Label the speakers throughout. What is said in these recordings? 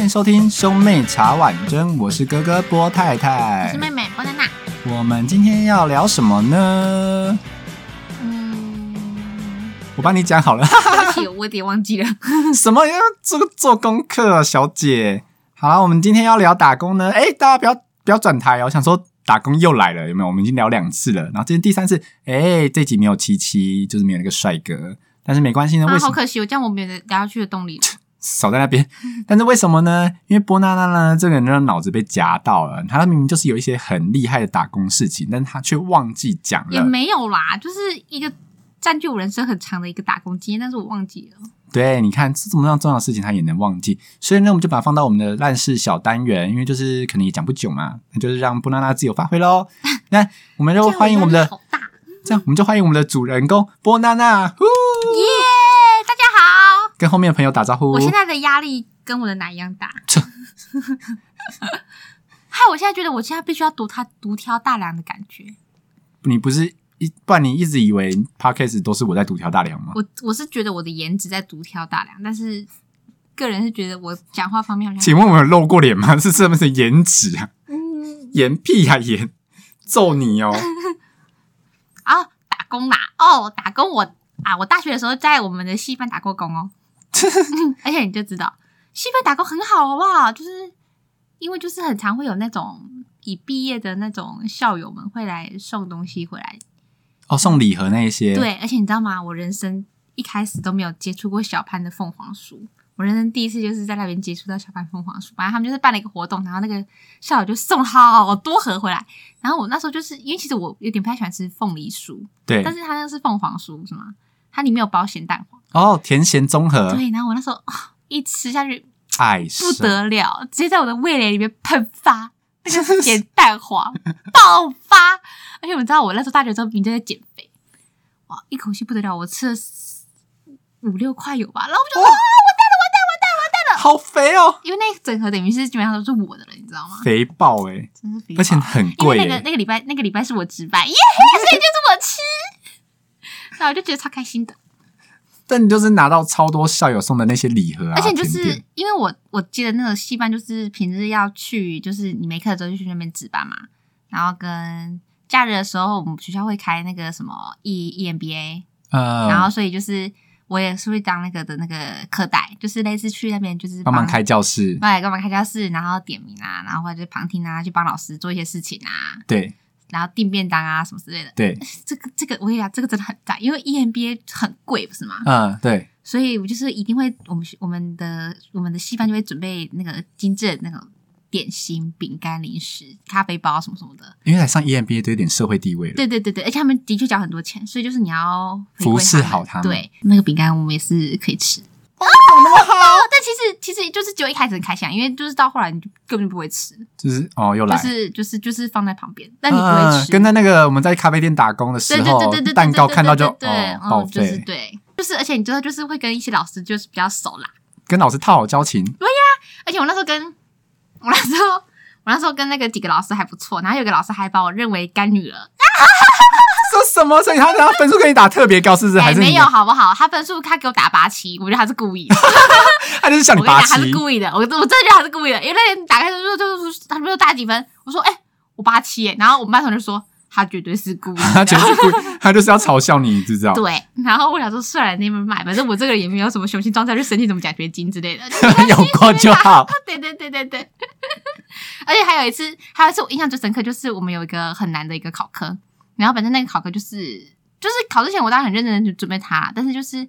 Speaker 1: 迎收听兄妹茶碗蒸，我是哥哥波太
Speaker 2: 我
Speaker 1: 太
Speaker 2: 是。妹妹波娜 娜。
Speaker 1: 我们今天要聊什么呢？
Speaker 2: 嗯，
Speaker 1: 我帮你讲好了。
Speaker 2: 对不起，我有点忘记了。
Speaker 1: 什么要做做功课、啊，小姐？好啦，我们今天要聊打工呢。哎，大家不要不要转台哦。想说打工又来了，有没有？我们已经聊两次了，然后今天第三次，哎，这集没有七七，就是没有那个帅哥，但是没关系呢。
Speaker 2: 啊，
Speaker 1: 为什
Speaker 2: 好
Speaker 1: 么？
Speaker 2: 可惜，我这样我没有聊下去的动力了。
Speaker 1: 少在那 边。但是为什么呢？因为波娜娜呢，这个人的脑子被夹到了，她明明就是有一些很厉害的打工事情，但她却忘记讲
Speaker 2: 也
Speaker 1: 了。
Speaker 2: 没有啦，就是一个占据我人生很长的一个打工经验，但是我忘记了。
Speaker 1: 对，你看这么样重要的事情，她也能忘记。所以呢，我们就把它放到我们的烂事小单元，因为就是可能也讲不久嘛，那就是让波娜娜自由发挥 喽。那我们就欢迎我们
Speaker 2: 这
Speaker 1: 的
Speaker 2: 样压力好大
Speaker 1: 这样，我们就欢迎我们的主人公波娜娜，呼
Speaker 2: 耶！大家好，
Speaker 1: 跟后面的朋友打招呼。
Speaker 2: 我现在的压力跟我的奶一样大。 害我现在觉得我现在必须要独他独挑大梁的感觉。
Speaker 1: 你不是一，不然你一直以为 podcast 都是我在独挑大梁吗？
Speaker 2: 我我是觉得我的颜值在独挑大梁，但是个人是觉得我讲话方面好像
Speaker 1: 请问我有露过脸吗？是是不是颜值啊？
Speaker 2: 嗯
Speaker 1: 颜屁呀、啊、颜，揍你哦！
Speaker 2: 啊打工啦哦打工我啊我大学的时候在我们的戏班打过工哦，而且你就知道戏班打工很好好不好？就是因为就是很常会有那种已毕业的那种校友们会来送东西回来，
Speaker 1: 哦，送礼盒那一些，，
Speaker 2: 对，而且你知道吗？我人生一开始都没有接触过小潘的凤凰酥，我人生第一次就是在那边接触到小潘凤凰酥。反正他们就是办了一个活动，然后那个校友就送了好多盒回来。然后我那时候就是因为其实我有点不太喜欢吃凤梨酥，
Speaker 1: 对
Speaker 2: 但，是它那个是凤凰酥是吗？它里面有包咸蛋黄。
Speaker 1: 哦，甜咸综合，
Speaker 2: 对，然后我那时候、啊一吃下去
Speaker 1: 爱上
Speaker 2: 不，得
Speaker 1: 啊
Speaker 2: 了，直接在我的味蕾里面 喷发。那个咸蛋黄爆发，而且我知道我那时候大学的时候明明就在减肥，哇，一口气不得了，我吃了五六块有吧，然后我就、
Speaker 1: 哦
Speaker 2: 哇，
Speaker 1: 好肥哦，
Speaker 2: 因为那整盒等于是基本上都是我的了，你知道吗？
Speaker 1: 肥爆哎、
Speaker 2: 真是肥
Speaker 1: 而且
Speaker 2: 爆
Speaker 1: 很
Speaker 2: 因为
Speaker 1: 贵、
Speaker 2: 那个
Speaker 1: 欸，
Speaker 2: 那个礼拜那个礼拜是我值班，耶，所以就是我吃，那我就觉得超开心的。
Speaker 1: 但你就是拿到超多校友送的那些礼盒啊，
Speaker 2: 而且就是
Speaker 1: 甜点
Speaker 2: 因为我我记得那个戏班就是平日要去，就是你没课的时候就去那边值班嘛，然后跟假日的时候我们学校会开那个什么 E EMBA，、
Speaker 1: 呃，
Speaker 2: 然后所以就是我也是会当那个的那个课代，就是类似去那边就是
Speaker 1: 帮忙开教室，
Speaker 2: 对，帮忙开教室，然后点名啊，然后或者是旁听啊，去帮老师做一些事情啊，
Speaker 1: 对
Speaker 2: 然后订便当啊什么之类的。
Speaker 1: 对，
Speaker 2: 这个这个我跟你讲，这个真的很大，因为 E EMBA 很贵，不是吗？
Speaker 1: 嗯、对，
Speaker 2: 所以我就是一定会，我们学我们的我们的戏班就会准备那个精致的那种点心、饼干、零食、咖啡包什么什么的。
Speaker 1: 因为来上 EMBA 都有点社会地位了，
Speaker 2: 对对对对，而且他们的确交很多钱，所以就是你要回
Speaker 1: 服
Speaker 2: 馈
Speaker 1: 侍好他们
Speaker 2: 他们。对，那个饼干我们也是可以吃。哦，但其实其实就是只有一开始很开心啊，因为就是到后来你就根本就不会吃，
Speaker 1: 就是哦又
Speaker 2: 就
Speaker 1: 来。
Speaker 2: 是就是就是放在旁边，但你不会
Speaker 1: 嗯，
Speaker 2: 吃。
Speaker 1: 跟在那个我们在咖啡店打工的时
Speaker 2: 对对对
Speaker 1: 候
Speaker 2: 对对对，，
Speaker 1: 蛋糕
Speaker 2: 对
Speaker 1: 看到就
Speaker 2: 对，对
Speaker 1: 哦
Speaker 2: 嗯
Speaker 1: 报
Speaker 2: 就是
Speaker 1: 废，
Speaker 2: 对，就是而且你知道就是会跟一些老师就是比较熟啦，
Speaker 1: 跟老师套好交情，
Speaker 2: 而且我那时候跟我那时候我那时候跟那个几个老师还不错，然后有个老师还把我认为干女儿，
Speaker 1: 说什么？所以他他分数给你打特别高，是不是？还
Speaker 2: 哎、
Speaker 1: 是你
Speaker 2: 没有好不好？他分数他给我打八七，我觉得他是故意的，
Speaker 1: 他就是想
Speaker 2: 我
Speaker 1: 你
Speaker 2: 跟你讲
Speaker 1: 八
Speaker 2: 他
Speaker 1: 七
Speaker 2: 是，故意的，我我真的觉得他是故意的，因为那天打开就就就就他说打几分，我说哎、我八七耶，然后我们班同学说他绝对是故意
Speaker 1: 他就
Speaker 2: 的。
Speaker 1: 是故意，他就是要嘲笑你，你知不知道？
Speaker 2: 对，然后我想说，算了，你们买，反正我这个人也没有什么雄心壮志，就申请什么奖学金之类的。
Speaker 1: 有过就好。
Speaker 2: 对对对对对。 而且还有一次，还有一次我印象最深刻，就是我们有一个很难的一个考科，然后反正那个考科就是就是考之前我当然很认真的准备它啦，但是就是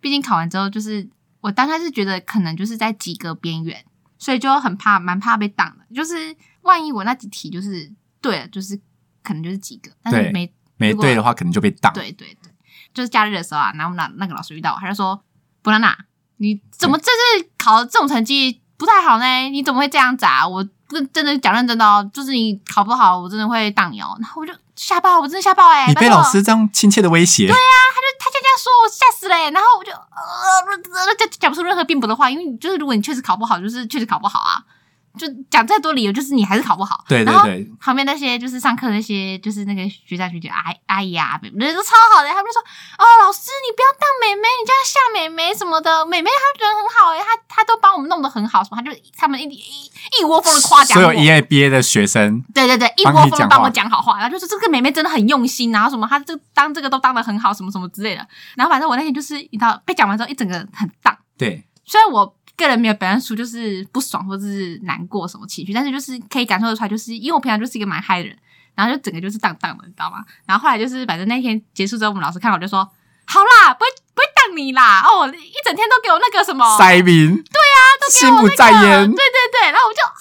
Speaker 2: 毕竟考完之后，就是我当时是觉得可能就是在及格边缘，所以就很怕蛮怕被挡的，就是万一我那几题就是对了，就是可能就是及格，但
Speaker 1: 对
Speaker 2: 是没
Speaker 1: 没对的话，可能就被挡。
Speaker 2: 对对对，就是假日的时候啊，然后我们那那个老师遇到我，他就说：“布拉娜，你怎么这次考这种成绩不太好呢？你怎么会这样子啊？我认真的讲认真的哦，就是你考不好，我真的会当你哦。”然后我就吓爆，我真的吓爆哎、
Speaker 1: 你被
Speaker 2: 拜托啊
Speaker 1: 老师这样亲切的威胁，
Speaker 2: 他就这样说，我吓死了、欸。然后我就呃，呃呃讲讲不出任何辩驳的话，因为就是如果你确实考不好，就是确实考不好啊。就讲再多理由，就是你还是考不好。
Speaker 1: 对对
Speaker 2: 然后
Speaker 1: 对
Speaker 2: 旁边那些就是上课那些，就是那个学长学姐阿阿姨啊，妹妹人都超好的，他们就说：“哦，老师你不要当妹妹，你这样吓妹妹什么的。妹妹她人很好诶、她她都帮我们弄得很好，什么，她就他们一一一窝蜂的夸奖
Speaker 1: 所
Speaker 2: 我。”
Speaker 1: 有 EABA 的学生，
Speaker 2: 对对对，一
Speaker 1: 帮
Speaker 2: 窝
Speaker 1: 你
Speaker 2: 蜂
Speaker 1: 讲
Speaker 2: 地帮
Speaker 1: 话
Speaker 2: 我讲好话，然后就说这个妹妹真的很用心，啊然后什么她这当这个都当的很好，什么什么之类的。然后反正我那天就是你知道被讲完之后一整个很荡，
Speaker 1: 对
Speaker 2: 虽然我个人没有表现出就是不爽或者是难过什么情绪，但是就是可以感受得出来，就是因为我平常就是一个蛮嗨的人，然后就整个就是荡荡的，你知道吗？然后后来就是反正那天结束之后，我们老师看我就说：“好啦，不会不会荡你啦，哦，一整天都给我那个什么。”
Speaker 1: 塞宾，对啊，心不在
Speaker 2: 对
Speaker 1: 焉
Speaker 2: 对。对，然后我就啊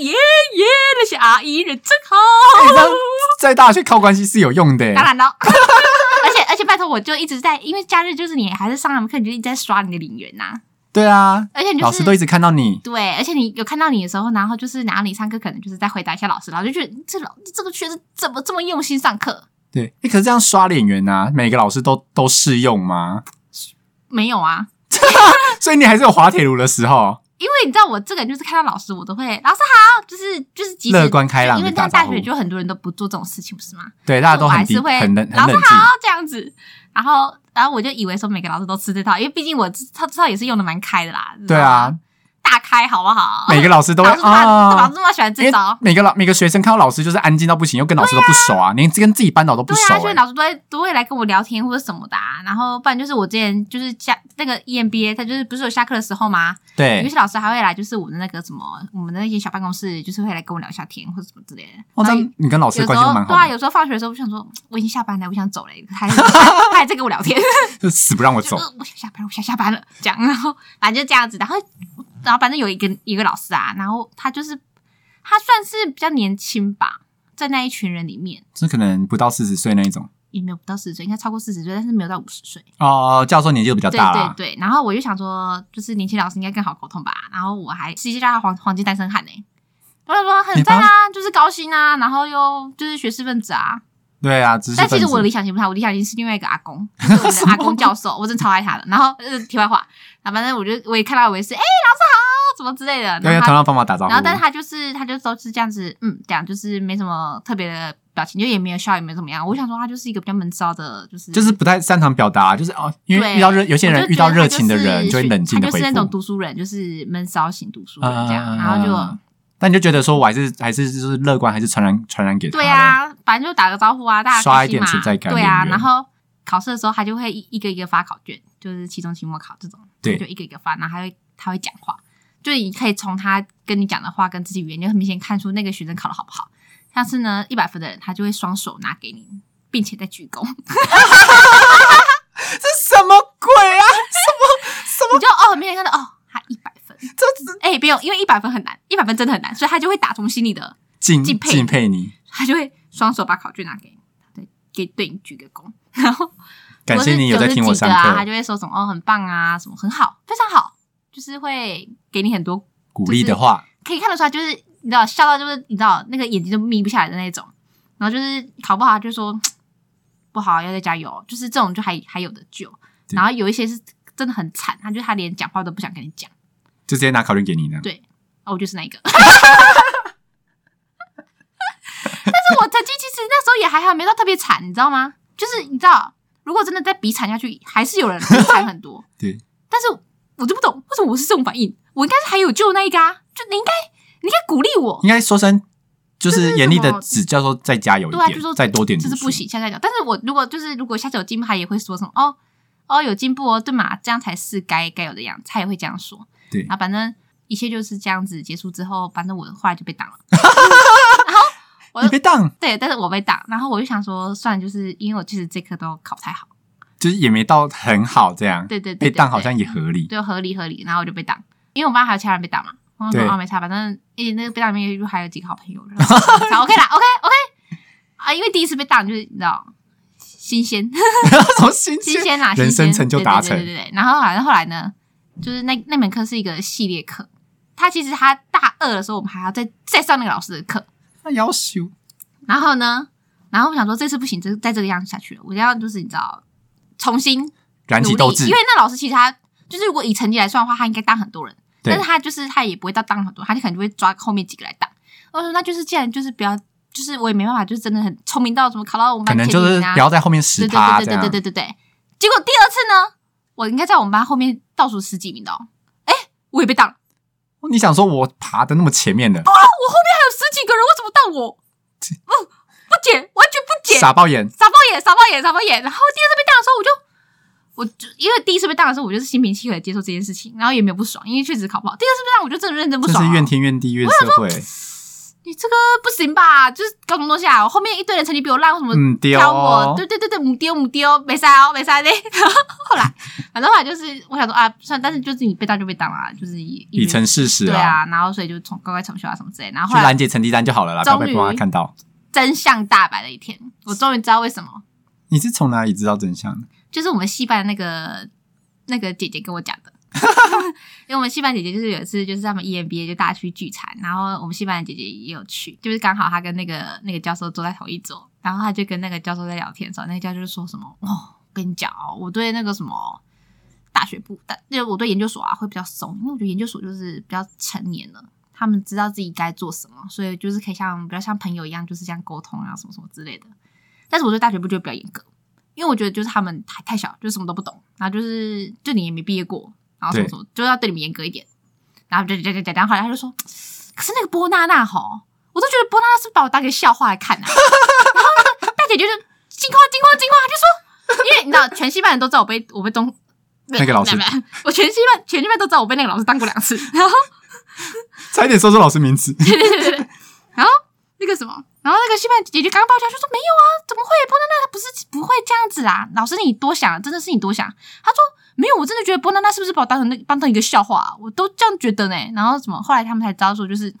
Speaker 2: 耶耶耶，那些阿姨人真好。
Speaker 1: 哎那在大学靠关系是有用的，
Speaker 2: 啊当然喽。而且而且，拜托，我就一直在，因为假日就是你还是上他们课，你就一直在刷你的领源呐、
Speaker 1: 对啊，
Speaker 2: 而且你就
Speaker 1: 老
Speaker 2: 是
Speaker 1: 师都一直看到你，
Speaker 2: 对，而且你有看到你的时候，然后就是然后你上课可能就是在回答一下老师，然后就觉得这老这个学生怎么这么用心上课？
Speaker 1: 对。哎，可是这样刷脸员啊，每个老师都都适用吗？
Speaker 2: 没有啊，
Speaker 1: 所以你还是有滑铁卢的时候，
Speaker 2: 因为你知道我这个人就是看到老师我都会老师好，就是就是即使
Speaker 1: 乐观开朗
Speaker 2: 因为
Speaker 1: 地
Speaker 2: 像
Speaker 1: 打
Speaker 2: 大
Speaker 1: 招呼
Speaker 2: 学就很多人都不做这种事情，不是吗？
Speaker 1: 对，大家都
Speaker 2: 我还
Speaker 1: 很
Speaker 2: 是
Speaker 1: 低，
Speaker 2: 会
Speaker 1: 很冷，很
Speaker 2: 老师
Speaker 1: 冷静。
Speaker 2: 好这样子，然后然后我就以为说每个老师都吃这套，因为毕竟我他这套也是用的蛮开的啦，
Speaker 1: 对啊，
Speaker 2: 大开好不好？
Speaker 1: 每个老师都会
Speaker 2: 老师他老
Speaker 1: 啊
Speaker 2: 师，这么喜欢
Speaker 1: 因
Speaker 2: 这
Speaker 1: 为
Speaker 2: 招，
Speaker 1: 每个老每个学生看到老师就是安静到不行，又跟老师都不熟啊，连跟自己班导都不
Speaker 2: 对
Speaker 1: 熟
Speaker 2: 啊，所以
Speaker 1: 欸。
Speaker 2: 老师都会都会来跟我聊天或者什么的、啊，然后不然就是我之前就是下那个 E EMBA，他就是不是有下课的时候吗？有
Speaker 1: 对
Speaker 2: 些，老师还会来，就是我们的那个什么，我们的那些小办公室，就是会来跟我聊一下天或者什么之类的。
Speaker 1: 哦，这
Speaker 2: 然后
Speaker 1: 样你跟老师
Speaker 2: 有
Speaker 1: 的
Speaker 2: 时
Speaker 1: 关系都
Speaker 2: 候
Speaker 1: 蛮好
Speaker 2: 对啊，
Speaker 1: 的，
Speaker 2: 哎有时候放学的时候，我就想说嗯我已经下班了，我想走了，他还他还在跟我聊天。
Speaker 1: 就死不让我
Speaker 2: 就
Speaker 1: 走。
Speaker 2: 呃我想下班了，我想下班了，这样，然后反正就这样子，然后然后反正有一个一个老师啊，然后他就是他算是比较年轻吧，在那一群人里面
Speaker 1: 这可能不到四十岁那一种。
Speaker 2: 也没有不到四十岁，应该超过四十岁，但是没有到五十岁，
Speaker 1: 哦，教授年纪就比较
Speaker 2: 对
Speaker 1: 大
Speaker 2: 对
Speaker 1: 啦。
Speaker 2: 对。然后我就想说，就是年轻老师应该更好沟通吧，然后我还实际叫他黄黄金单身汉呢、我想说很赞啊，就是高薪啊，然后又就是学士分子啊。
Speaker 1: 对啊，知识
Speaker 2: 但
Speaker 1: 分子。
Speaker 2: 其实我的理想型不是他，我理想型是另外一个阿公，就是我们的阿公教授，我真的超爱他的。然后呃，题外话，啊，反正我就我也看到我也是，哎、老师好，怎么之类的。
Speaker 1: 对，要
Speaker 2: 然后
Speaker 1: 头
Speaker 2: 他，
Speaker 1: 上帮忙打招呼。
Speaker 2: 然后但是他就是他就都是这样子，嗯，这样就是没什么特别的表情，就也没有笑，也没有怎么样。我想说他就是一个比较闷骚的，就是
Speaker 1: 就是不太擅长表达，就是哦，因为
Speaker 2: 对
Speaker 1: 遇到热有些
Speaker 2: 我
Speaker 1: 人
Speaker 2: 就
Speaker 1: 遇
Speaker 2: 觉
Speaker 1: 到
Speaker 2: 得他
Speaker 1: 热情的人
Speaker 2: 就是
Speaker 1: 就会冷静的
Speaker 2: 他就
Speaker 1: 回
Speaker 2: 是那种
Speaker 1: 复。
Speaker 2: 读书人，就是闷骚型读书人
Speaker 1: 嗯
Speaker 2: 这样，然后就。啊
Speaker 1: 但你就觉得说我还是还是就是乐观，还是传染传染给他。
Speaker 2: 对，啊，反正就打个招呼啊，大家
Speaker 1: 刷
Speaker 2: 开
Speaker 1: 一
Speaker 2: 心
Speaker 1: 点
Speaker 2: 嘛
Speaker 1: 存在感
Speaker 2: 对
Speaker 1: 人
Speaker 2: 啊，
Speaker 1: 员
Speaker 2: 然后考试的时候他就会一一个一个发考卷，就是期中、期末考这种，
Speaker 1: 对
Speaker 2: 就一个一个发，然后他会他会讲话，就你可以从他跟你讲的话跟自己语言，就很明显看出那个学生考的好不好。像是呢，一百分的人，他就会双手拿给你，并且在鞠躬，你
Speaker 1: 这什么鬼啊？
Speaker 2: 就哦，很明显看到哦，他一百分。
Speaker 1: 这这
Speaker 2: 哎、不用，因为一百分很难，一百分真的很难，所以他就会打从心里的，
Speaker 1: 敬
Speaker 2: 敬佩
Speaker 1: 敬佩你，
Speaker 2: 他就会双手把考卷拿给你，对，给对你鞠个躬， 然后
Speaker 1: 感谢你有在听我
Speaker 2: 我是
Speaker 1: 上
Speaker 2: 九十几个啊，他
Speaker 1: 课，
Speaker 2: 就会说什么哦很棒啊，什么很好，非常好，就是会给你很多
Speaker 1: 鼓励的话，
Speaker 2: 可以看得出来，就是你知道笑到就是你知道那个眼睛都眯不下来的那种，然后就是考不好他就说嘖不好要再加油，就是这种就还还有的救，
Speaker 1: 对
Speaker 2: 然后有一些是真的很惨，他就他连讲话都不想跟你讲，
Speaker 1: 就直接拿考卷给你呢。。
Speaker 2: 对哦，我就是那一个。 但是我成绩其实那时候也还好，没到特别惨，你知道吗？就是你知道，如果真的再比惨下去，还是有人比我惨很多
Speaker 1: 对，
Speaker 2: 但是我就不懂为什么我是这种反应，我应该是还有救那一个啊！就你应该，你应该鼓励我，
Speaker 1: 应该说声就是严厉
Speaker 2: 这是
Speaker 1: 的
Speaker 2: 什么
Speaker 1: 指教说再加油一
Speaker 2: 对啊
Speaker 1: 点
Speaker 2: 就说，
Speaker 1: 再多点，
Speaker 2: 就是不。行，下下讲。但是我如果就是如果下次有进步，他也会说什么哦哦有进步哦，对嘛，这样才是该该有的样子，他也会这样说。
Speaker 1: 对
Speaker 2: 然后反正一切就是这样子结束之后，反正我后来就被挡了。我
Speaker 1: 你别当，
Speaker 2: 对，但是我被挡，然后我就想说，算了，就是因为我其实这科都考不太好，
Speaker 1: 就是也没到很好这样，
Speaker 2: 对对对
Speaker 1: 被
Speaker 2: 对
Speaker 1: 当好像也合理。
Speaker 2: 就合理合理，然后我就被挡，因为我班还有其他人被挡嘛，我就
Speaker 1: 对
Speaker 2: 说哦没差，反正诶那个被挡里面就还有几个好朋友， 然后 OK 啦，OK OK 啊，因为第一次被挡就是你知道新鲜
Speaker 1: 从新
Speaker 2: 新鲜啦，
Speaker 1: 人
Speaker 2: 新
Speaker 1: 生
Speaker 2: 鲜
Speaker 1: 成就达成
Speaker 2: 对对对对对对然后反正后来呢，就是那那门课是一个系列课，他其实他大二的时候我们还要再再上那个老师的课，
Speaker 1: 那要修
Speaker 2: 然后呢，然后我想说这次不行，这再这个样子下去了，我一定要就是你知道重新
Speaker 1: 燃起
Speaker 2: 努力
Speaker 1: 斗志
Speaker 2: 因为，那老师其实他就是如果以成绩来算的话，他应该当很多人，
Speaker 1: 对
Speaker 2: 但是他就是他也不会到当很多，他就可能就会抓后面几个来当。我说那就是既然就是不要，就是我也没办法，就是真的很聪明到什么考到我们
Speaker 1: 可
Speaker 2: 班
Speaker 1: 能
Speaker 2: 前
Speaker 1: 就是
Speaker 2: 几名啊
Speaker 1: 不，要在后面使
Speaker 2: 对对
Speaker 1: 他
Speaker 2: 对
Speaker 1: 这
Speaker 2: 对
Speaker 1: 样
Speaker 2: 对对。对对对。结果第二次呢，我应该在我们班后面倒数十几名的哦，哎，我也被当，还
Speaker 1: 你想说我爬的那么前面的，
Speaker 2: 有十几个人，为什么当 我？不不解，完全不解，
Speaker 1: 傻爆眼，
Speaker 2: 傻爆眼，傻爆眼，傻爆眼。然后第二次被当的时候，我就我就因为第一次被当的时候，我就是心平气和地接受这件事情，然后也没有不爽，因为确实考不好。第二次被当，我就真的认真不
Speaker 1: 真
Speaker 2: 爽、
Speaker 1: 是
Speaker 2: 啊。
Speaker 1: 怨天怨地怨社会。
Speaker 2: 你这个不行吧？就是高中都下来，我后面一堆人成绩比我烂，为什么
Speaker 1: 嗯，丢
Speaker 2: 挑我？
Speaker 1: 哦
Speaker 2: 对，对对对，母丢母丢，没塞哦，没塞的。然后后来，反正后来就是我想说啊，算了，但是就是你被当就被当啦，就是也
Speaker 1: 已成事实
Speaker 2: 对
Speaker 1: 啊，
Speaker 2: 啊，然后所以就从乖乖重修啊什么之类。然后
Speaker 1: 去
Speaker 2: 后来
Speaker 1: 拦截成绩单就好了啦，不
Speaker 2: 终
Speaker 1: 要
Speaker 2: 于
Speaker 1: 被爸妈看到。
Speaker 2: 真相大白的一天，我终于知道为什么，
Speaker 1: 你是从哪里知道真相的？
Speaker 2: 就是我们戏班的那个那个姐姐跟我讲的。因为我们戏班姐姐就是有一次，就是他们 E EMBA 就大家去聚餐，然后我们戏班的姐姐也有去，就是刚好她跟那个那个教授坐在同一桌，然后她就跟那个教授在聊天的时候，那个教授就说什么：“哦，我跟你讲哦，我对那个什么大学部，但就我对研究所啊会比较松，因为我觉得研究所就是比较成年了，他们知道自己该做什么，所以就是可以像比较像朋友一样，就是这样沟通啊什么什么之类的。但是我对大学部就比较严格，因为我觉得就是他们太太小，就什么都不懂，然后就是就你也没毕业过，然后什么
Speaker 1: 对
Speaker 2: 什么，就要对你们严格一点。然后就讲讲讲讲，后来他就说，可是那个波娜娜吼，我都觉得波娜娜是把我当个笑话来 看啊。然后那个大姐就是惊慌惊慌惊慌，她就说。因为你知道，全西班人都知道我被我被东
Speaker 1: 那个老师，
Speaker 2: 我全西班全西班都知道我被那个老师当过两次， 然后
Speaker 1: 差一点说出老师名字。
Speaker 2: 对对对对，然后那个什么，然后那个西班姐姐刚爆出来就说没有啊，怎么会？波娜娜她不是不会这样子啦，老师你多想了，真的是你多想。她说没有，我真的觉得波娜娜是不是把我当成那当成一个笑话、啊，我都这样觉得呢。然后什么，后来他们才知道说，就是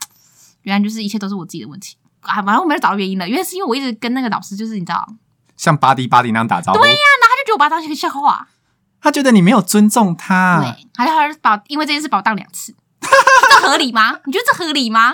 Speaker 2: 原来就是一切都是我自己的问题。啊，反正我没有找到原因了，原来是因为我一直跟那个老师，就是你知道，
Speaker 1: 像巴迪巴迪那样打招呼，
Speaker 2: 他就觉得我把他当成一个笑话，啊
Speaker 1: 他觉得你没有尊重他，
Speaker 2: 对，还有还有把我因为这件事把我当两次， 这合理吗？你觉得这合理吗？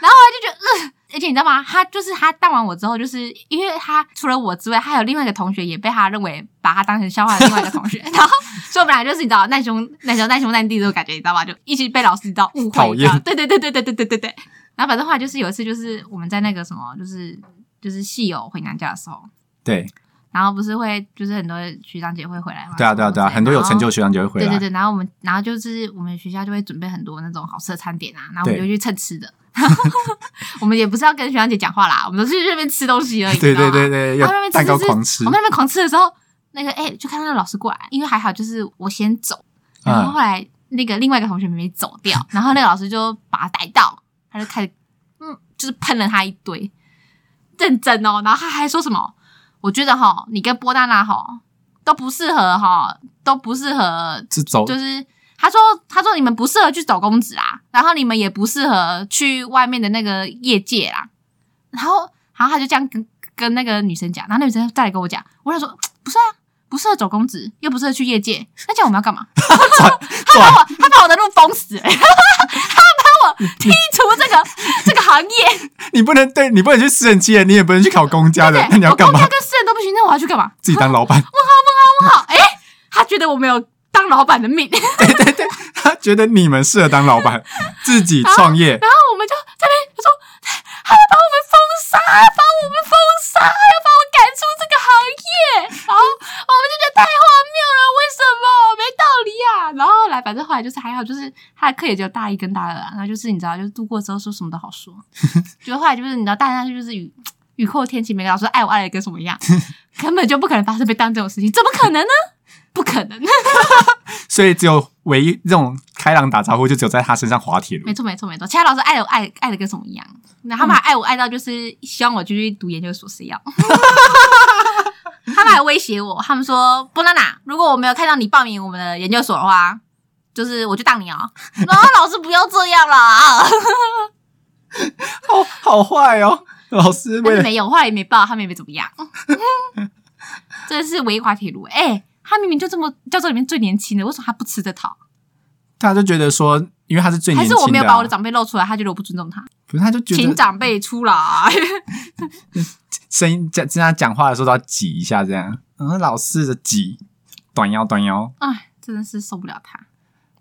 Speaker 2: 然后我就觉得，呃，而且你知道吗？他就是他当完我之后，就是因为他除了我之外，还有另外一个同学也被他认为把他当成笑话的另外一个 同学，然后所以我们俩就是你知道难兄难兄难兄难弟这种感觉，你知道吧？就一起被老师你知道误会，
Speaker 1: 讨
Speaker 2: 你知道
Speaker 1: 厌
Speaker 2: 对对对对对对对对对。然后反正后来就是有一次，就是我们在那个什么，就是就是戏友回娘家的时候，
Speaker 1: 对
Speaker 2: 然后不是会就是很多学长姐会回来嘛？
Speaker 1: 对啊对啊对啊，
Speaker 2: 然后
Speaker 1: 很多有成就的学长就会回
Speaker 2: 对对
Speaker 1: 来，
Speaker 2: 对，然后我们，然后就是我们学校就会准备很多那种好吃的餐点啊，然后我们
Speaker 1: 对
Speaker 2: 就去蹭吃的。 我们也不是要跟学长姐讲话啦，我们都是去那边吃东西而已。
Speaker 1: 对
Speaker 2: 你知道
Speaker 1: 对
Speaker 2: 吗
Speaker 1: 对对，
Speaker 2: 他们
Speaker 1: 有
Speaker 2: 在
Speaker 1: 蛋
Speaker 2: 那边
Speaker 1: 糕
Speaker 2: 吃
Speaker 1: 狂吃
Speaker 2: 我，们在那边狂吃的时候，那个哎、就看到那个老师过来，因为还好就是我先走，然后
Speaker 1: 嗯
Speaker 2: 后来那个另外一个同学没走掉，然后那个老师就把他逮到，他就开始嗯，就是喷了他一堆，认真哦，然后他还说什么？我觉得哈，你跟波娜娜哈都不适合哈，都不适合
Speaker 1: 是走
Speaker 2: 就是他说他说你们不适合去走公子啦，然后你们也不适合去外面的那个业界啦，然后然后他就这样跟跟那个女生讲，然后那女生再来跟我讲，我想说不是啊。不适合走公子，又不适合去业界，那这样我们要 干嘛？他把
Speaker 1: 转，
Speaker 2: 我他把我的路封死、欸， 他把我剔除这个这个行业，
Speaker 1: 你不能对你不能去私人企业，你也不能去考公家的，那你
Speaker 2: 对，
Speaker 1: 要
Speaker 2: 我
Speaker 1: 干
Speaker 2: 公
Speaker 1: 嘛
Speaker 2: 家？跟私人都不行，那我要去干嘛？
Speaker 1: 自己当老板，
Speaker 2: 不好，哎、他觉得我没有当老板的命，
Speaker 1: 他觉得你们适合当老板，自己创业，
Speaker 2: 然后我们就在那边说，他要把我们封杀，要把我们封杀，要把我赶出这个行业。然后我们就觉得太荒谬了，为什么没道理啊？然后后来，反正后来就是还好，就是他的课也只有大一跟大二、啊，然后就是你知道，就是度过之后说什么都好说。 觉得后来就是你知道，大家就是雨雨后天晴，每个老师哎爱我爱的跟什么一样， 根本就不可能发生被当这种事情，怎么可能呢？不可能，
Speaker 1: 所以只有唯一这种开朗打招呼，就只有在他身上滑铁卢
Speaker 2: 没。错没错没错，其他老师爱我爱爱的跟什么一样，那他们还爱我爱到就是希望我继续读研究所是要， 他们还威胁我，他们说波娜娜，如果我没有看到你报名我们的研究所的话，就是我就当你哦。然后老师不要这 样啦，
Speaker 1: 好好坏哦，老师为
Speaker 2: 但是
Speaker 1: 了
Speaker 2: 没有，后来也没报，他们也没怎么样， 真的是围垮铁路哎、他明明就这么教授里面最年轻的，为什么他不吃这套？
Speaker 1: 他就觉得说，因为他是最
Speaker 2: 还
Speaker 1: 年轻
Speaker 2: 是
Speaker 1: 的啊、
Speaker 2: 我没有把我的长辈露出来，他觉得我不尊重他？
Speaker 1: 不是他就觉
Speaker 2: 请
Speaker 1: 得
Speaker 2: 长辈出来。
Speaker 1: 声音在在他讲话的时候都要挤一下这样，嗯，老师的挤，短腰短腰，
Speaker 2: 哎，真的是受不了他。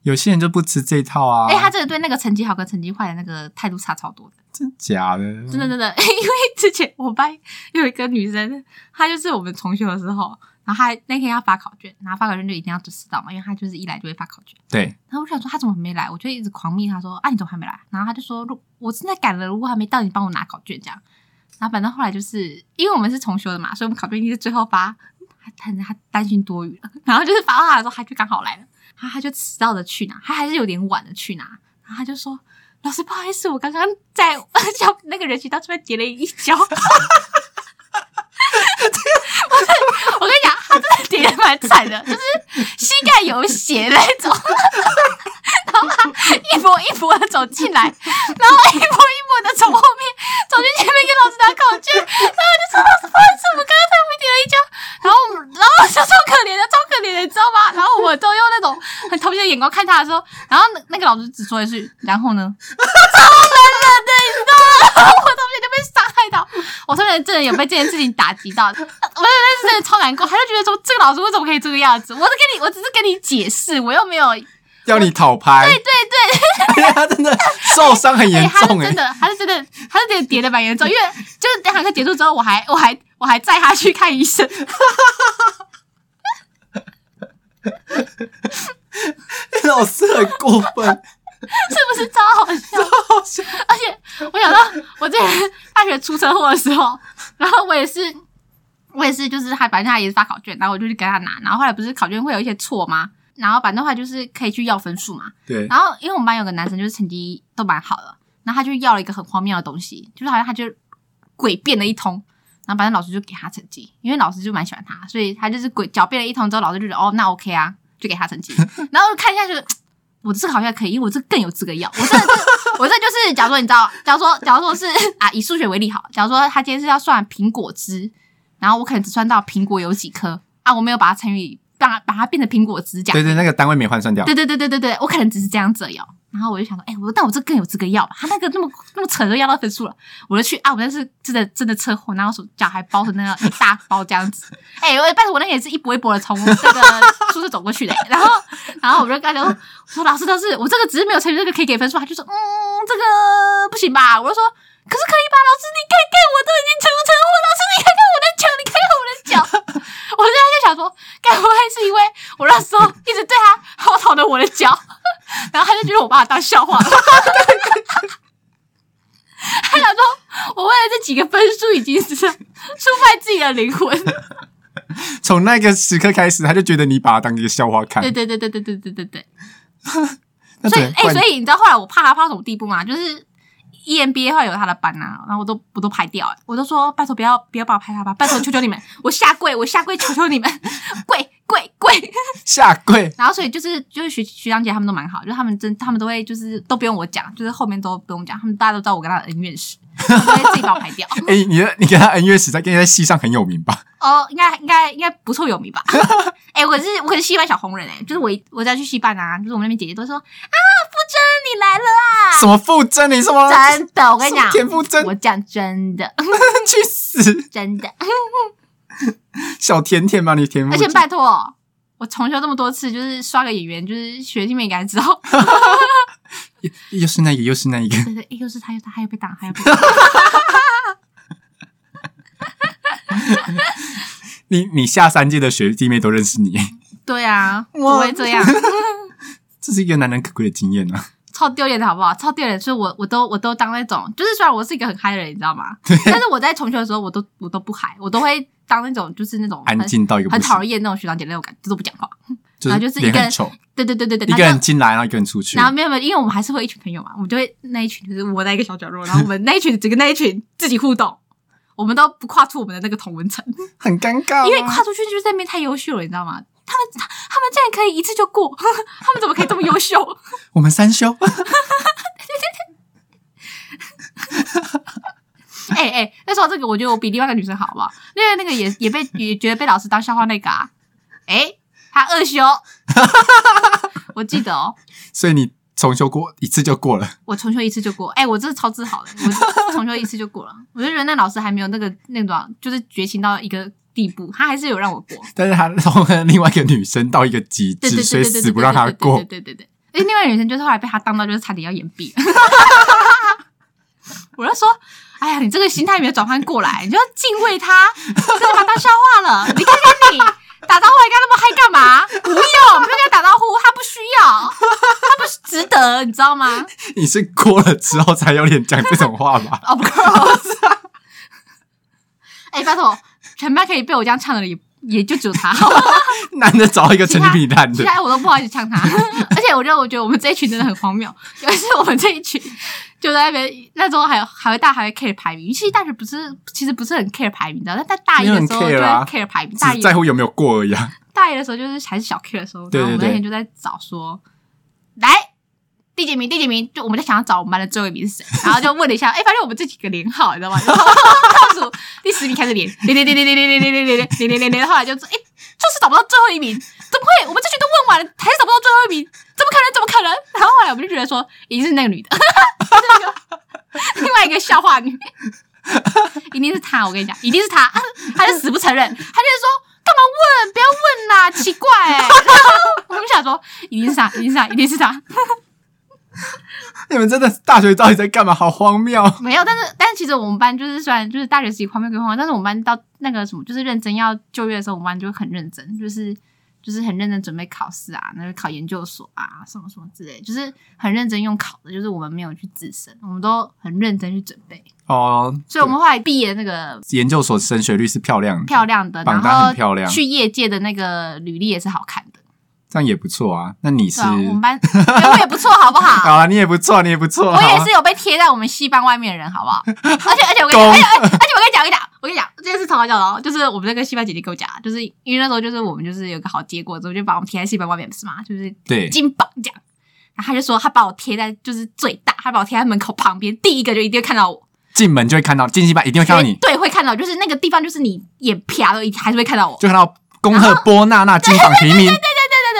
Speaker 1: 有些人就不吃这一套啊。
Speaker 2: 哎、他真的对那个成绩好跟成绩坏的那个态度差超多的，
Speaker 1: 真假的，
Speaker 2: 真的真 的。因为之前我班有一个女生，她就是我们重修的时候，然后她那天要发考卷，然后发考卷就一定要准时到嘛，因为她就是一来就会发考卷。
Speaker 1: 对，
Speaker 2: 然后我想说她怎么没来，我就一直狂密她说啊你怎么还没来？然后她就说如我正在赶了，如果还没到你帮我拿考卷这样。然后反正后来就是因为我们是重修的嘛，所以我们考卷一定是最后发。她她她担心多余了， 然后就是发到她的时候，她就刚好来了。然后他就迟到的去拿，他还是有点晚的去拿，然后他就说：“老师，不好意思，我刚刚在小那个人行道这边跌了一跤。” 我是我跟你讲，他真的跌的蛮惨的，就是膝盖有血那种。然后他一波一波的走进来，然后一波一波的从后面走进前面给老师拿考卷，然后我就说老师不好意思，我们刚刚在后面跌了一跤，然后我们然后我就超可怜的，超可怜的，你知道吗？然后我都用那种很同情的眼光看他的时候，然后那那个老师只说一句，然后呢，超冷冷的，你知道吗？然后我同学就被伤害到，我同学真的有被这件事情打击到，我那次真的超难过，他就觉得说这个老师为什么可以这个样子？我是跟你，我只是跟你解释，我又没有
Speaker 1: 要你讨拍。对 对对，他真的受伤很
Speaker 2: 哎、
Speaker 1: 严
Speaker 2: 他是
Speaker 1: 重哎、
Speaker 2: 真的，他是真的，他是真的跌的蛮严重，因为就是那堂课结束之后，我还我还我还载他去看医生，
Speaker 1: 哎 老师很过分，
Speaker 2: 是不是超好笑？
Speaker 1: 好笑
Speaker 2: 而且我想到我之前大学出车祸的时候，然后我也是，我也是，就是还反正他也是发考卷，然后我就去给他拿，然后后来不是考卷会有一些错吗？然后反正后来就是可以去要分数嘛，
Speaker 1: 对，
Speaker 2: 然后因为我们班有个男生就是成绩都蛮好的，然后他就要了一个很荒谬的东西，就是好像他就诡辩了一通，然后反正老师就给他成绩，因为老师就蛮喜欢他，所以他就是诡狡辩了一通之后，老师就觉得哦那 OK 啊，就给他成绩，然后我就看一下就是。我这个好像可以，因为我这个更有资格要。我这个就是，我这就是，假如说你知道，假如说，假如说是啊，以数学为例好，假如说他今天是要算苹果汁，然后我可能只算到苹果有几颗啊，我没有把它乘以，把它把它变成苹果汁这样
Speaker 1: 对。对，那个单位没换算掉，
Speaker 2: 对对对对对对，我可能只是这样子而已哦。然后我就想说，哎、我但我这更有资格要吧？他那个那么那么扯就要到分数了，我就去啊！我那是真的真的车祸，然后手脚还包成那个一大包这样子。哎、我但是我那个也是一波一波的从那个宿舍走过去的、欸然后然后我就跟他讲说，我说老师，但是我这个只是没有成绩，这个可以给分数。他就说，嗯，这个不行吧？我就说，可是可以吧？老师，你看看我都已经成成祸，老师你看看我的脚，你看看我的脚。 我现在就想说， 该不会是因为我那时候一直对他好讨的我的脚， 然后他就觉得我把他当笑话了。 他想说，我为了这几个分数已经是出卖自己的灵魂。
Speaker 1: 从那个时刻开始，他就觉得你把他当一个笑话看
Speaker 2: 对。对对对对对对对对。
Speaker 1: 那
Speaker 2: 所
Speaker 1: 只
Speaker 2: 以，
Speaker 1: 能
Speaker 2: 哎、
Speaker 1: 怪
Speaker 2: 所以你知道后来我怕他怕到什么地步吗？就是 EMBA 会有他的班啊，然后我都我都排掉、哎，我都说拜托不要不要把我排他吧，拜托求求你们，我下跪，我下跪，求求你们， 跪跪跪。
Speaker 1: 下跪，
Speaker 2: 然后所以就是就是学学长姐他们都蛮好，就是他们真他们都会就是都不用我讲，就是后面都不用讲，他们大家都知道我跟他的恩怨史，他们都会自己把我排掉。
Speaker 1: 哎、你的你跟他恩怨史在跟在戏上很有名吧？
Speaker 2: 哦，应该应该应该不错有名吧？ 哎、我是我可是戏班小红人哎、就是我一我再去戏班啊，就是我们那边姐姐都说啊，傅真你来
Speaker 1: 什么傅真，你什么
Speaker 2: 了，啊真的，我跟
Speaker 1: 什
Speaker 2: 你
Speaker 1: 么
Speaker 2: 讲，
Speaker 1: 田馥甄
Speaker 2: 我讲真的
Speaker 1: 去死，
Speaker 2: 真的，
Speaker 1: 嗯小甜甜吧，你田馥
Speaker 2: 而且
Speaker 1: 甄，
Speaker 2: 拜托。我重修这么多次，就是刷个演员，就是学弟妹应该知道。
Speaker 1: 又是那个又是那一个，
Speaker 2: 对对，哎又是他，又是他，又被打，他又被打。
Speaker 1: 你你下三届的学弟妹都认识你，
Speaker 2: 对啊，怎
Speaker 1: 哇
Speaker 2: 么会这样？
Speaker 1: 这是一个难能可贵的经验啊！
Speaker 2: 超丢脸的好不好？超丢脸，所以我我都我都当那种，就是虽然我是一个很嗨的人，你知道吗？但是我在重修的时候，我都我都不嗨，我都会当那种就是那种很
Speaker 1: 安静到一个不
Speaker 2: 很讨
Speaker 1: 行，
Speaker 2: 人厌那种学长姐那种感觉，都不讲话。
Speaker 1: 就
Speaker 2: 然
Speaker 1: 是
Speaker 2: 后就是一
Speaker 1: 脸
Speaker 2: 个
Speaker 1: 很丑，
Speaker 2: 对对对对对，
Speaker 1: 一个
Speaker 2: 然
Speaker 1: 人
Speaker 2: 后
Speaker 1: 进来，然后一个人出去
Speaker 2: 然，后没有没有，因为我们还是会有一群朋友嘛，我们就会那一群就是窝在一个小角落，然后我们 那一群整个那一群自己互动，我们都不跨出我们的那个同文 层，
Speaker 1: 很尴尬啊。
Speaker 2: 因为跨出去就是在那边太优秀了，你知道吗？他们他他们竟然可以一次就过， 他们怎么可以这么优秀？
Speaker 1: 我们三修，
Speaker 2: 哎哎、那时候这个我觉得我比另外一个女生好，好不好？因为那个也也被也觉得被老师当笑话那个啊，哎、她二修， 我记得哦，
Speaker 1: 所以你重修过一次就过了，
Speaker 2: 我重修一次就过，哎、我真的超自豪的，我重修一次就过了，我就觉得那老师还没有那个那种就是绝情到一个地步，他还是有让我过，
Speaker 1: 但是他从另外一个女生到一个极
Speaker 2: 对对
Speaker 1: 致，所
Speaker 2: 对
Speaker 1: 以
Speaker 2: 对对，
Speaker 1: 死不让他过。
Speaker 2: 对对对对对，而且另外一个女生就是后来被他当到，就是差点要眼闭了。 我就说：“哎呀，你这个心态没有转换过来，你就要敬畏他，真的把他笑话了。你看看你打招呼还跟他那么嗨干嘛？不用，不用跟他打招呼，他不需要，他不是值得，你知道吗？
Speaker 1: 你是过了之后才有脸讲这种话吧？
Speaker 2: 哦，不 course。哎，拜托，全班可以被我这样呛的人也也就只有他，
Speaker 1: 男的找一个成绩比你烂
Speaker 2: 其
Speaker 1: 的，
Speaker 2: 他我都不好意思呛他。 而且我觉得，我觉得我们这一群真的很荒谬，尤其是我们这一群就在那边，那时候还有还会大还会 care 排名，其实大学不是其实不是很 care 排名的，但在大一的时候
Speaker 1: 没
Speaker 2: 就会
Speaker 1: 有人 care 啊
Speaker 2: care 排名，大
Speaker 1: 只
Speaker 2: 一
Speaker 1: 在乎有没有过而已啊。
Speaker 2: 大一的时候就是还是小 K 的时候，
Speaker 1: 对
Speaker 2: 然后我们
Speaker 1: 对对
Speaker 2: 那天就在找说，来第几名，第几名，就我们在想要找我们班的最后一名是谁，然后就问了一下，哎、发现我们这几个连号，你知道吗？然后倒数第十名开始连，连连连连连连连连连连连连连连，后来就哎、就是找不到最后一名，怎么会？我们这群都问完了，还是找不到最后一名，怎么可能？怎么可能？然后后来我们就觉得说，一定是那个女的，另外一个笑话女。一定是她，我跟你讲，一定是她， 她就死不承认，她就说干嘛问？不要问啦，奇怪、欸。 然后我们想说，一定是他，一定是他，一定是他。
Speaker 1: 你们真的大学到底在干嘛？好荒谬！
Speaker 2: 没有，但是但是其实我们班就是虽然就是大学时期荒谬归荒谬，但是我们班到那个什么就是认真要就业的时候，我们班就很认真，就是就是很认真准备考试啊，那个考研究所啊，什么什么之类，就是很认真用考的，就是我们没有去自身，我们都很认真去准备。
Speaker 1: 哦，
Speaker 2: 所以我们后来毕业那个
Speaker 1: 研究所升学率是漂亮的，
Speaker 2: 漂亮的，
Speaker 1: 榜
Speaker 2: 然
Speaker 1: 单
Speaker 2: 后
Speaker 1: 很漂亮
Speaker 2: 去业界的那个履历也是好看的。
Speaker 1: 这样也不错啊。那你是
Speaker 2: 对啊，我们班对我也不错，好不好？
Speaker 1: 好啊，你也不错，你也不错。
Speaker 2: 我也
Speaker 1: 好啊
Speaker 2: 是，有被贴在我们戏班外面的人，好不 好？而且而且我跟你，
Speaker 1: 公
Speaker 2: 而且而且而且我跟你讲，我跟你讲，我跟你讲，这件事超好笑的哦，就是我们那个戏班姐姐跟我讲，就是因为那时候就是我们就是有个好结果之后，就把我们贴在戏班外面，不是吗？就是
Speaker 1: 对
Speaker 2: 金榜奖，然后她就说她把我贴在就是最大，她把我贴在门口旁边，第一个就一定会看到我，
Speaker 1: 进门就会看到，进戏班一定会看到你，
Speaker 2: 对，会看到，就是那个地方，就是你眼瞟都一还是会看到我，
Speaker 1: 就看到恭贺波娜娜金榜题名。
Speaker 2: 对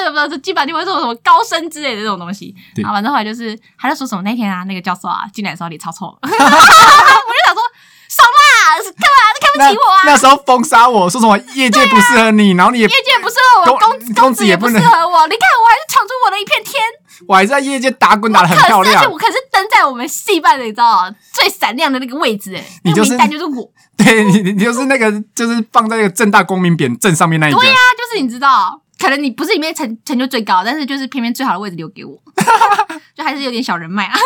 Speaker 2: 对对，不知道是基本上就会说什么高升之类的这种东西。
Speaker 1: 对
Speaker 2: 然后反正后来就是，他就说什么那天啊，那个教授啊进来的时候脸 超臭的，我就想说爽啦，是干嘛？是看不起我啊？
Speaker 1: 那时候封杀我说什么业界不适合你，然后你也
Speaker 2: 业界不适合
Speaker 1: 公
Speaker 2: 我，公
Speaker 1: 公
Speaker 2: 子
Speaker 1: 子
Speaker 2: 也
Speaker 1: 也
Speaker 2: 不
Speaker 1: 不
Speaker 2: 适
Speaker 1: 能
Speaker 2: 合我。你看，我还是闯出我的一片天。
Speaker 1: 我还在业界打滚打的很
Speaker 2: 可
Speaker 1: 漂
Speaker 2: 是，而且
Speaker 1: 亮
Speaker 2: 我，可是登在我们戏班的，你知道吗最闪亮的那个位置，哎，
Speaker 1: 你
Speaker 2: 那
Speaker 1: 就
Speaker 2: 个
Speaker 1: 是
Speaker 2: 名单就是我。
Speaker 1: 对 你你你就是那个就是放在那个正大光明匾正上面那一个
Speaker 2: 对，呀、就是你知道，可能你不是里面成成就最高，但是就是偏偏最好的位置留给我， 就还是有点小人脉啊。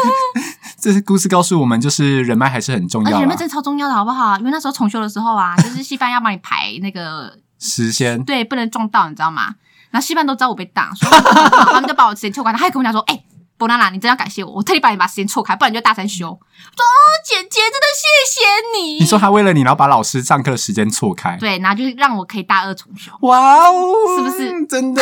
Speaker 1: 这是故事告诉我们，就是人脉还是很重
Speaker 2: 而且
Speaker 1: 要
Speaker 2: 人脉
Speaker 1: 啊，
Speaker 2: 真的超重要的，好不好？因为那时候重修的时 候啊，就是戏班要帮你排那个，
Speaker 1: 实现
Speaker 2: 对，不能撞到，你知道吗？然后戏班都知道我被挡，所以他们就把我时间错开。他还跟我讲说：“哎、伯娜娜，你真要感谢我，我特地帮你把时间错开，不然你就大三休。”我说：“哦，姐姐，真的谢谢你。”
Speaker 1: 你说他为了你，然后把老师上课的时间错开，
Speaker 2: 对，然后就是让我可以大二重修，
Speaker 1: 哇哦，
Speaker 2: 是不是
Speaker 1: 真 的？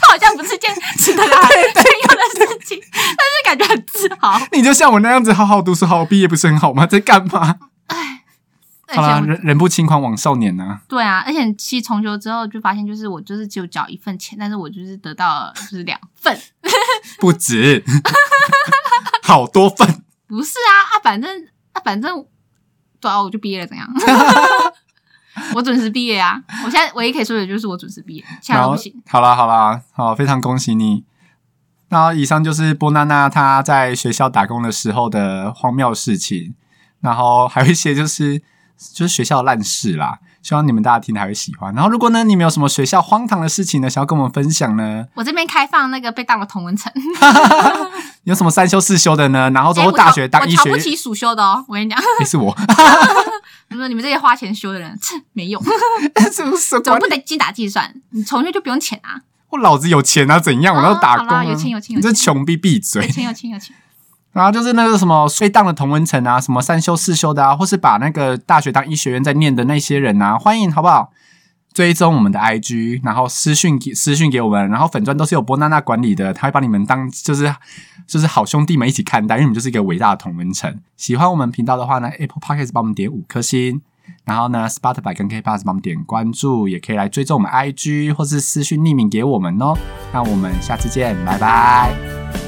Speaker 2: 这好像不是件值得大家炫耀的事情，但是感觉很自豪。
Speaker 1: 你就像我那样子，好好读书，好好毕业，不是很好吗？在干嘛？
Speaker 2: 而
Speaker 1: 好啦，
Speaker 2: 且我
Speaker 1: 人人不轻狂枉少年呐、
Speaker 2: 对啊，而且其实重修之后就发现，就是我就是只有缴一份钱，但是我就是得到了就是两份，
Speaker 1: 不 止，好多份。
Speaker 2: 不是啊啊，反正啊反正，对啊，我就毕业了，怎样？ 我准时毕业啊！我现在唯一可以说的就是我准时毕业，其他
Speaker 1: 然
Speaker 2: 都
Speaker 1: 后
Speaker 2: 不行。
Speaker 1: 好啦好啦，好，非常恭喜你。那以上就是波娜娜她在学校打工的时候的荒谬事情，然后还有一些就是就是学校烂事啦。希望你们大家听的还会喜欢。然后，如果呢你们有什么学校荒唐的事情呢，想要跟我们分享呢？
Speaker 2: 我这边开放那个被当的同文层，
Speaker 1: 有什么三修四修的呢？ 然后之
Speaker 2: 哎
Speaker 1: 后
Speaker 2: 我
Speaker 1: 哦大
Speaker 2: 瞧
Speaker 1: 学当医
Speaker 2: 我
Speaker 1: 学
Speaker 2: 瞧不起暑修的哦，我跟你讲，
Speaker 1: 也是我，
Speaker 2: 你们你们这些花钱修的人，切没 用，
Speaker 1: 是不是？
Speaker 2: 怎么不得精打细算？你重修就不用钱啊，
Speaker 1: 我老子有钱啊，怎样？我要
Speaker 2: 哦
Speaker 1: 打
Speaker 2: 好
Speaker 1: 工、
Speaker 2: 啦
Speaker 1: 啊
Speaker 2: 有钱有钱有
Speaker 1: 你这
Speaker 2: 钱
Speaker 1: 穷逼闭嘴
Speaker 2: 有！钱有钱有钱。
Speaker 1: 然后就是那个什么被当的同文层啊，什么三修四修的啊，或是把那个大学当医学院在念的那些人啊，欢迎好不好？追踪我们的 IG，然后私讯给私讯给我们，然后粉钻都是有波娜娜管理的，他会把你们当就是就是好兄弟们一起看待，因为你们就是一个伟大的同文层。喜欢我们频道的话呢，Apple Podcast 帮我们点五颗星，然后呢，Spotify 跟 K Pass 帮我们点关注，也可以来追踪我们 IG 或是私讯匿名给我们哦。那我们下次见，拜拜。